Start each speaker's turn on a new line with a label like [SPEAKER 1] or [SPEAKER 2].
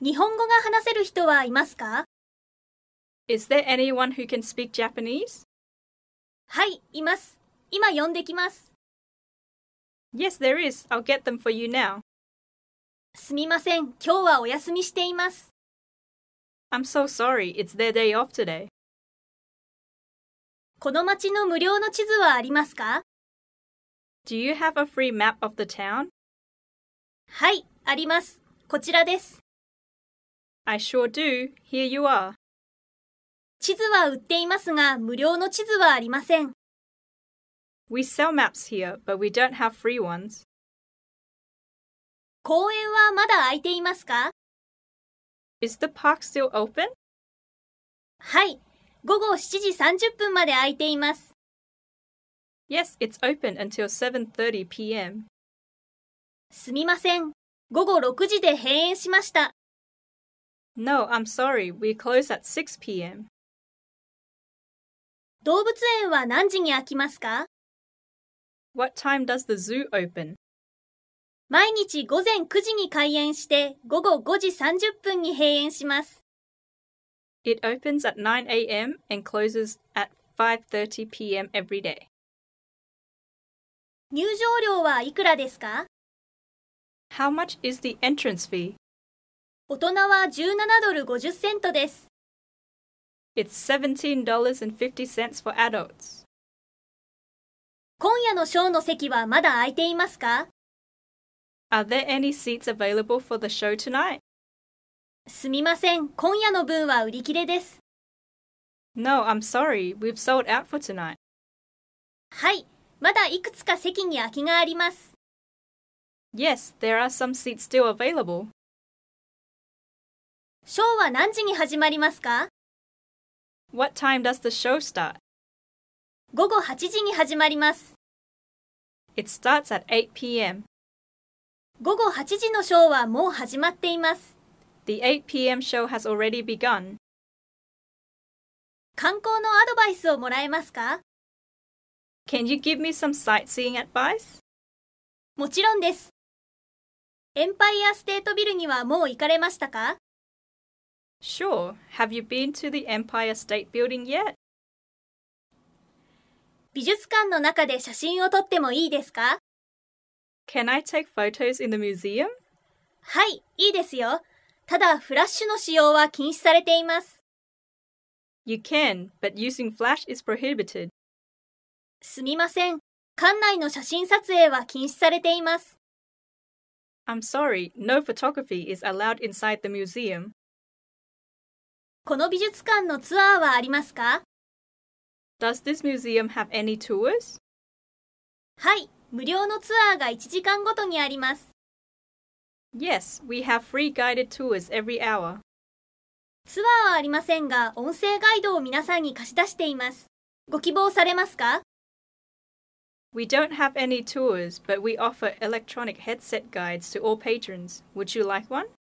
[SPEAKER 1] 日本語が話せる人はいますか
[SPEAKER 2] Is there anyone who can speak Japanese?
[SPEAKER 1] はい、います。今呼んできます。
[SPEAKER 2] Yes, there is. I'll get them for you now.
[SPEAKER 1] すみません、今日はお休みしています。
[SPEAKER 2] I'm so sorry. It's their day off today.
[SPEAKER 1] この町の無料の地図はありますか
[SPEAKER 2] Do you have a free map of the town?
[SPEAKER 1] はい、あります。こちらです。
[SPEAKER 2] I sure do. Here you are.
[SPEAKER 1] 地図は売っていますが、無料の地図はありません。
[SPEAKER 2] We sell maps here, but we don't have free ones.
[SPEAKER 1] 公園はまだ空いていますか
[SPEAKER 2] Is the park still open?
[SPEAKER 1] はい、午後7時30分まで空いています。
[SPEAKER 2] Yes, it's open until 7:30 p.m.
[SPEAKER 1] すみません、午後6時で閉園しました。
[SPEAKER 2] No, I'm sorry. We close at 6 p.m.
[SPEAKER 1] 動物園は何時に開きますか
[SPEAKER 2] What time does the zoo open?
[SPEAKER 1] 毎日午前9時に開園して、午後5時30分に閉園します。
[SPEAKER 2] It opens at 9 a.m. and closes at 5:30 p.m. every day.
[SPEAKER 1] 入場料はいくらですか
[SPEAKER 2] How much is the entrance fee?
[SPEAKER 1] 大人は17ドル50セントです。
[SPEAKER 2] It's $17.50 for adults.
[SPEAKER 1] 今夜のショーの席はまだ空いていますか
[SPEAKER 2] Are there any seats available for the show tonight?
[SPEAKER 1] すみません、今夜の分は売り切れです。
[SPEAKER 2] No, I'm sorry. We've sold out for tonight.
[SPEAKER 1] はい、まだいくつか席に空きがあります。
[SPEAKER 2] Yes, there are some seats still available.
[SPEAKER 1] ショーは何時に始まりますか
[SPEAKER 2] What time does the show start?
[SPEAKER 1] 午後8時に始まります。
[SPEAKER 2] It starts at 8 p.m.
[SPEAKER 1] 午後8時のショーはもう始まっています。
[SPEAKER 2] The 8 p.m. show has already begun.
[SPEAKER 1] 観光のアドバイスをもらえますか
[SPEAKER 2] Can you give me some sightseeing advice?
[SPEAKER 1] もちろんです。エンパイアステートビルにはもう行かれましたか
[SPEAKER 2] Sure. Have you been to the Empire State Building yet?
[SPEAKER 1] 美術館の中で写真を撮ってもいいですか
[SPEAKER 2] Can I take photos in the museum?
[SPEAKER 1] はい、いいですよ。ただ、フラッシュの使用は禁止されています。
[SPEAKER 2] You can, but using flash is prohibited.
[SPEAKER 1] すみません。館内の写真撮影は禁止されています。
[SPEAKER 2] I'm sorry, no photography is allowed inside the museum.
[SPEAKER 1] この美術館のツアーはありますか
[SPEAKER 2] Does this museum have any tours?
[SPEAKER 1] はい、無料のツアーが1時間ごとにあります。
[SPEAKER 2] Yes, we have free guided tours every hour.
[SPEAKER 1] ツアーはありませんが、音声ガイドを皆さんに貸し出しています。ご希望されますか
[SPEAKER 2] We don't have any tours, but we offer electronic headset guides to all patrons. Would you like one?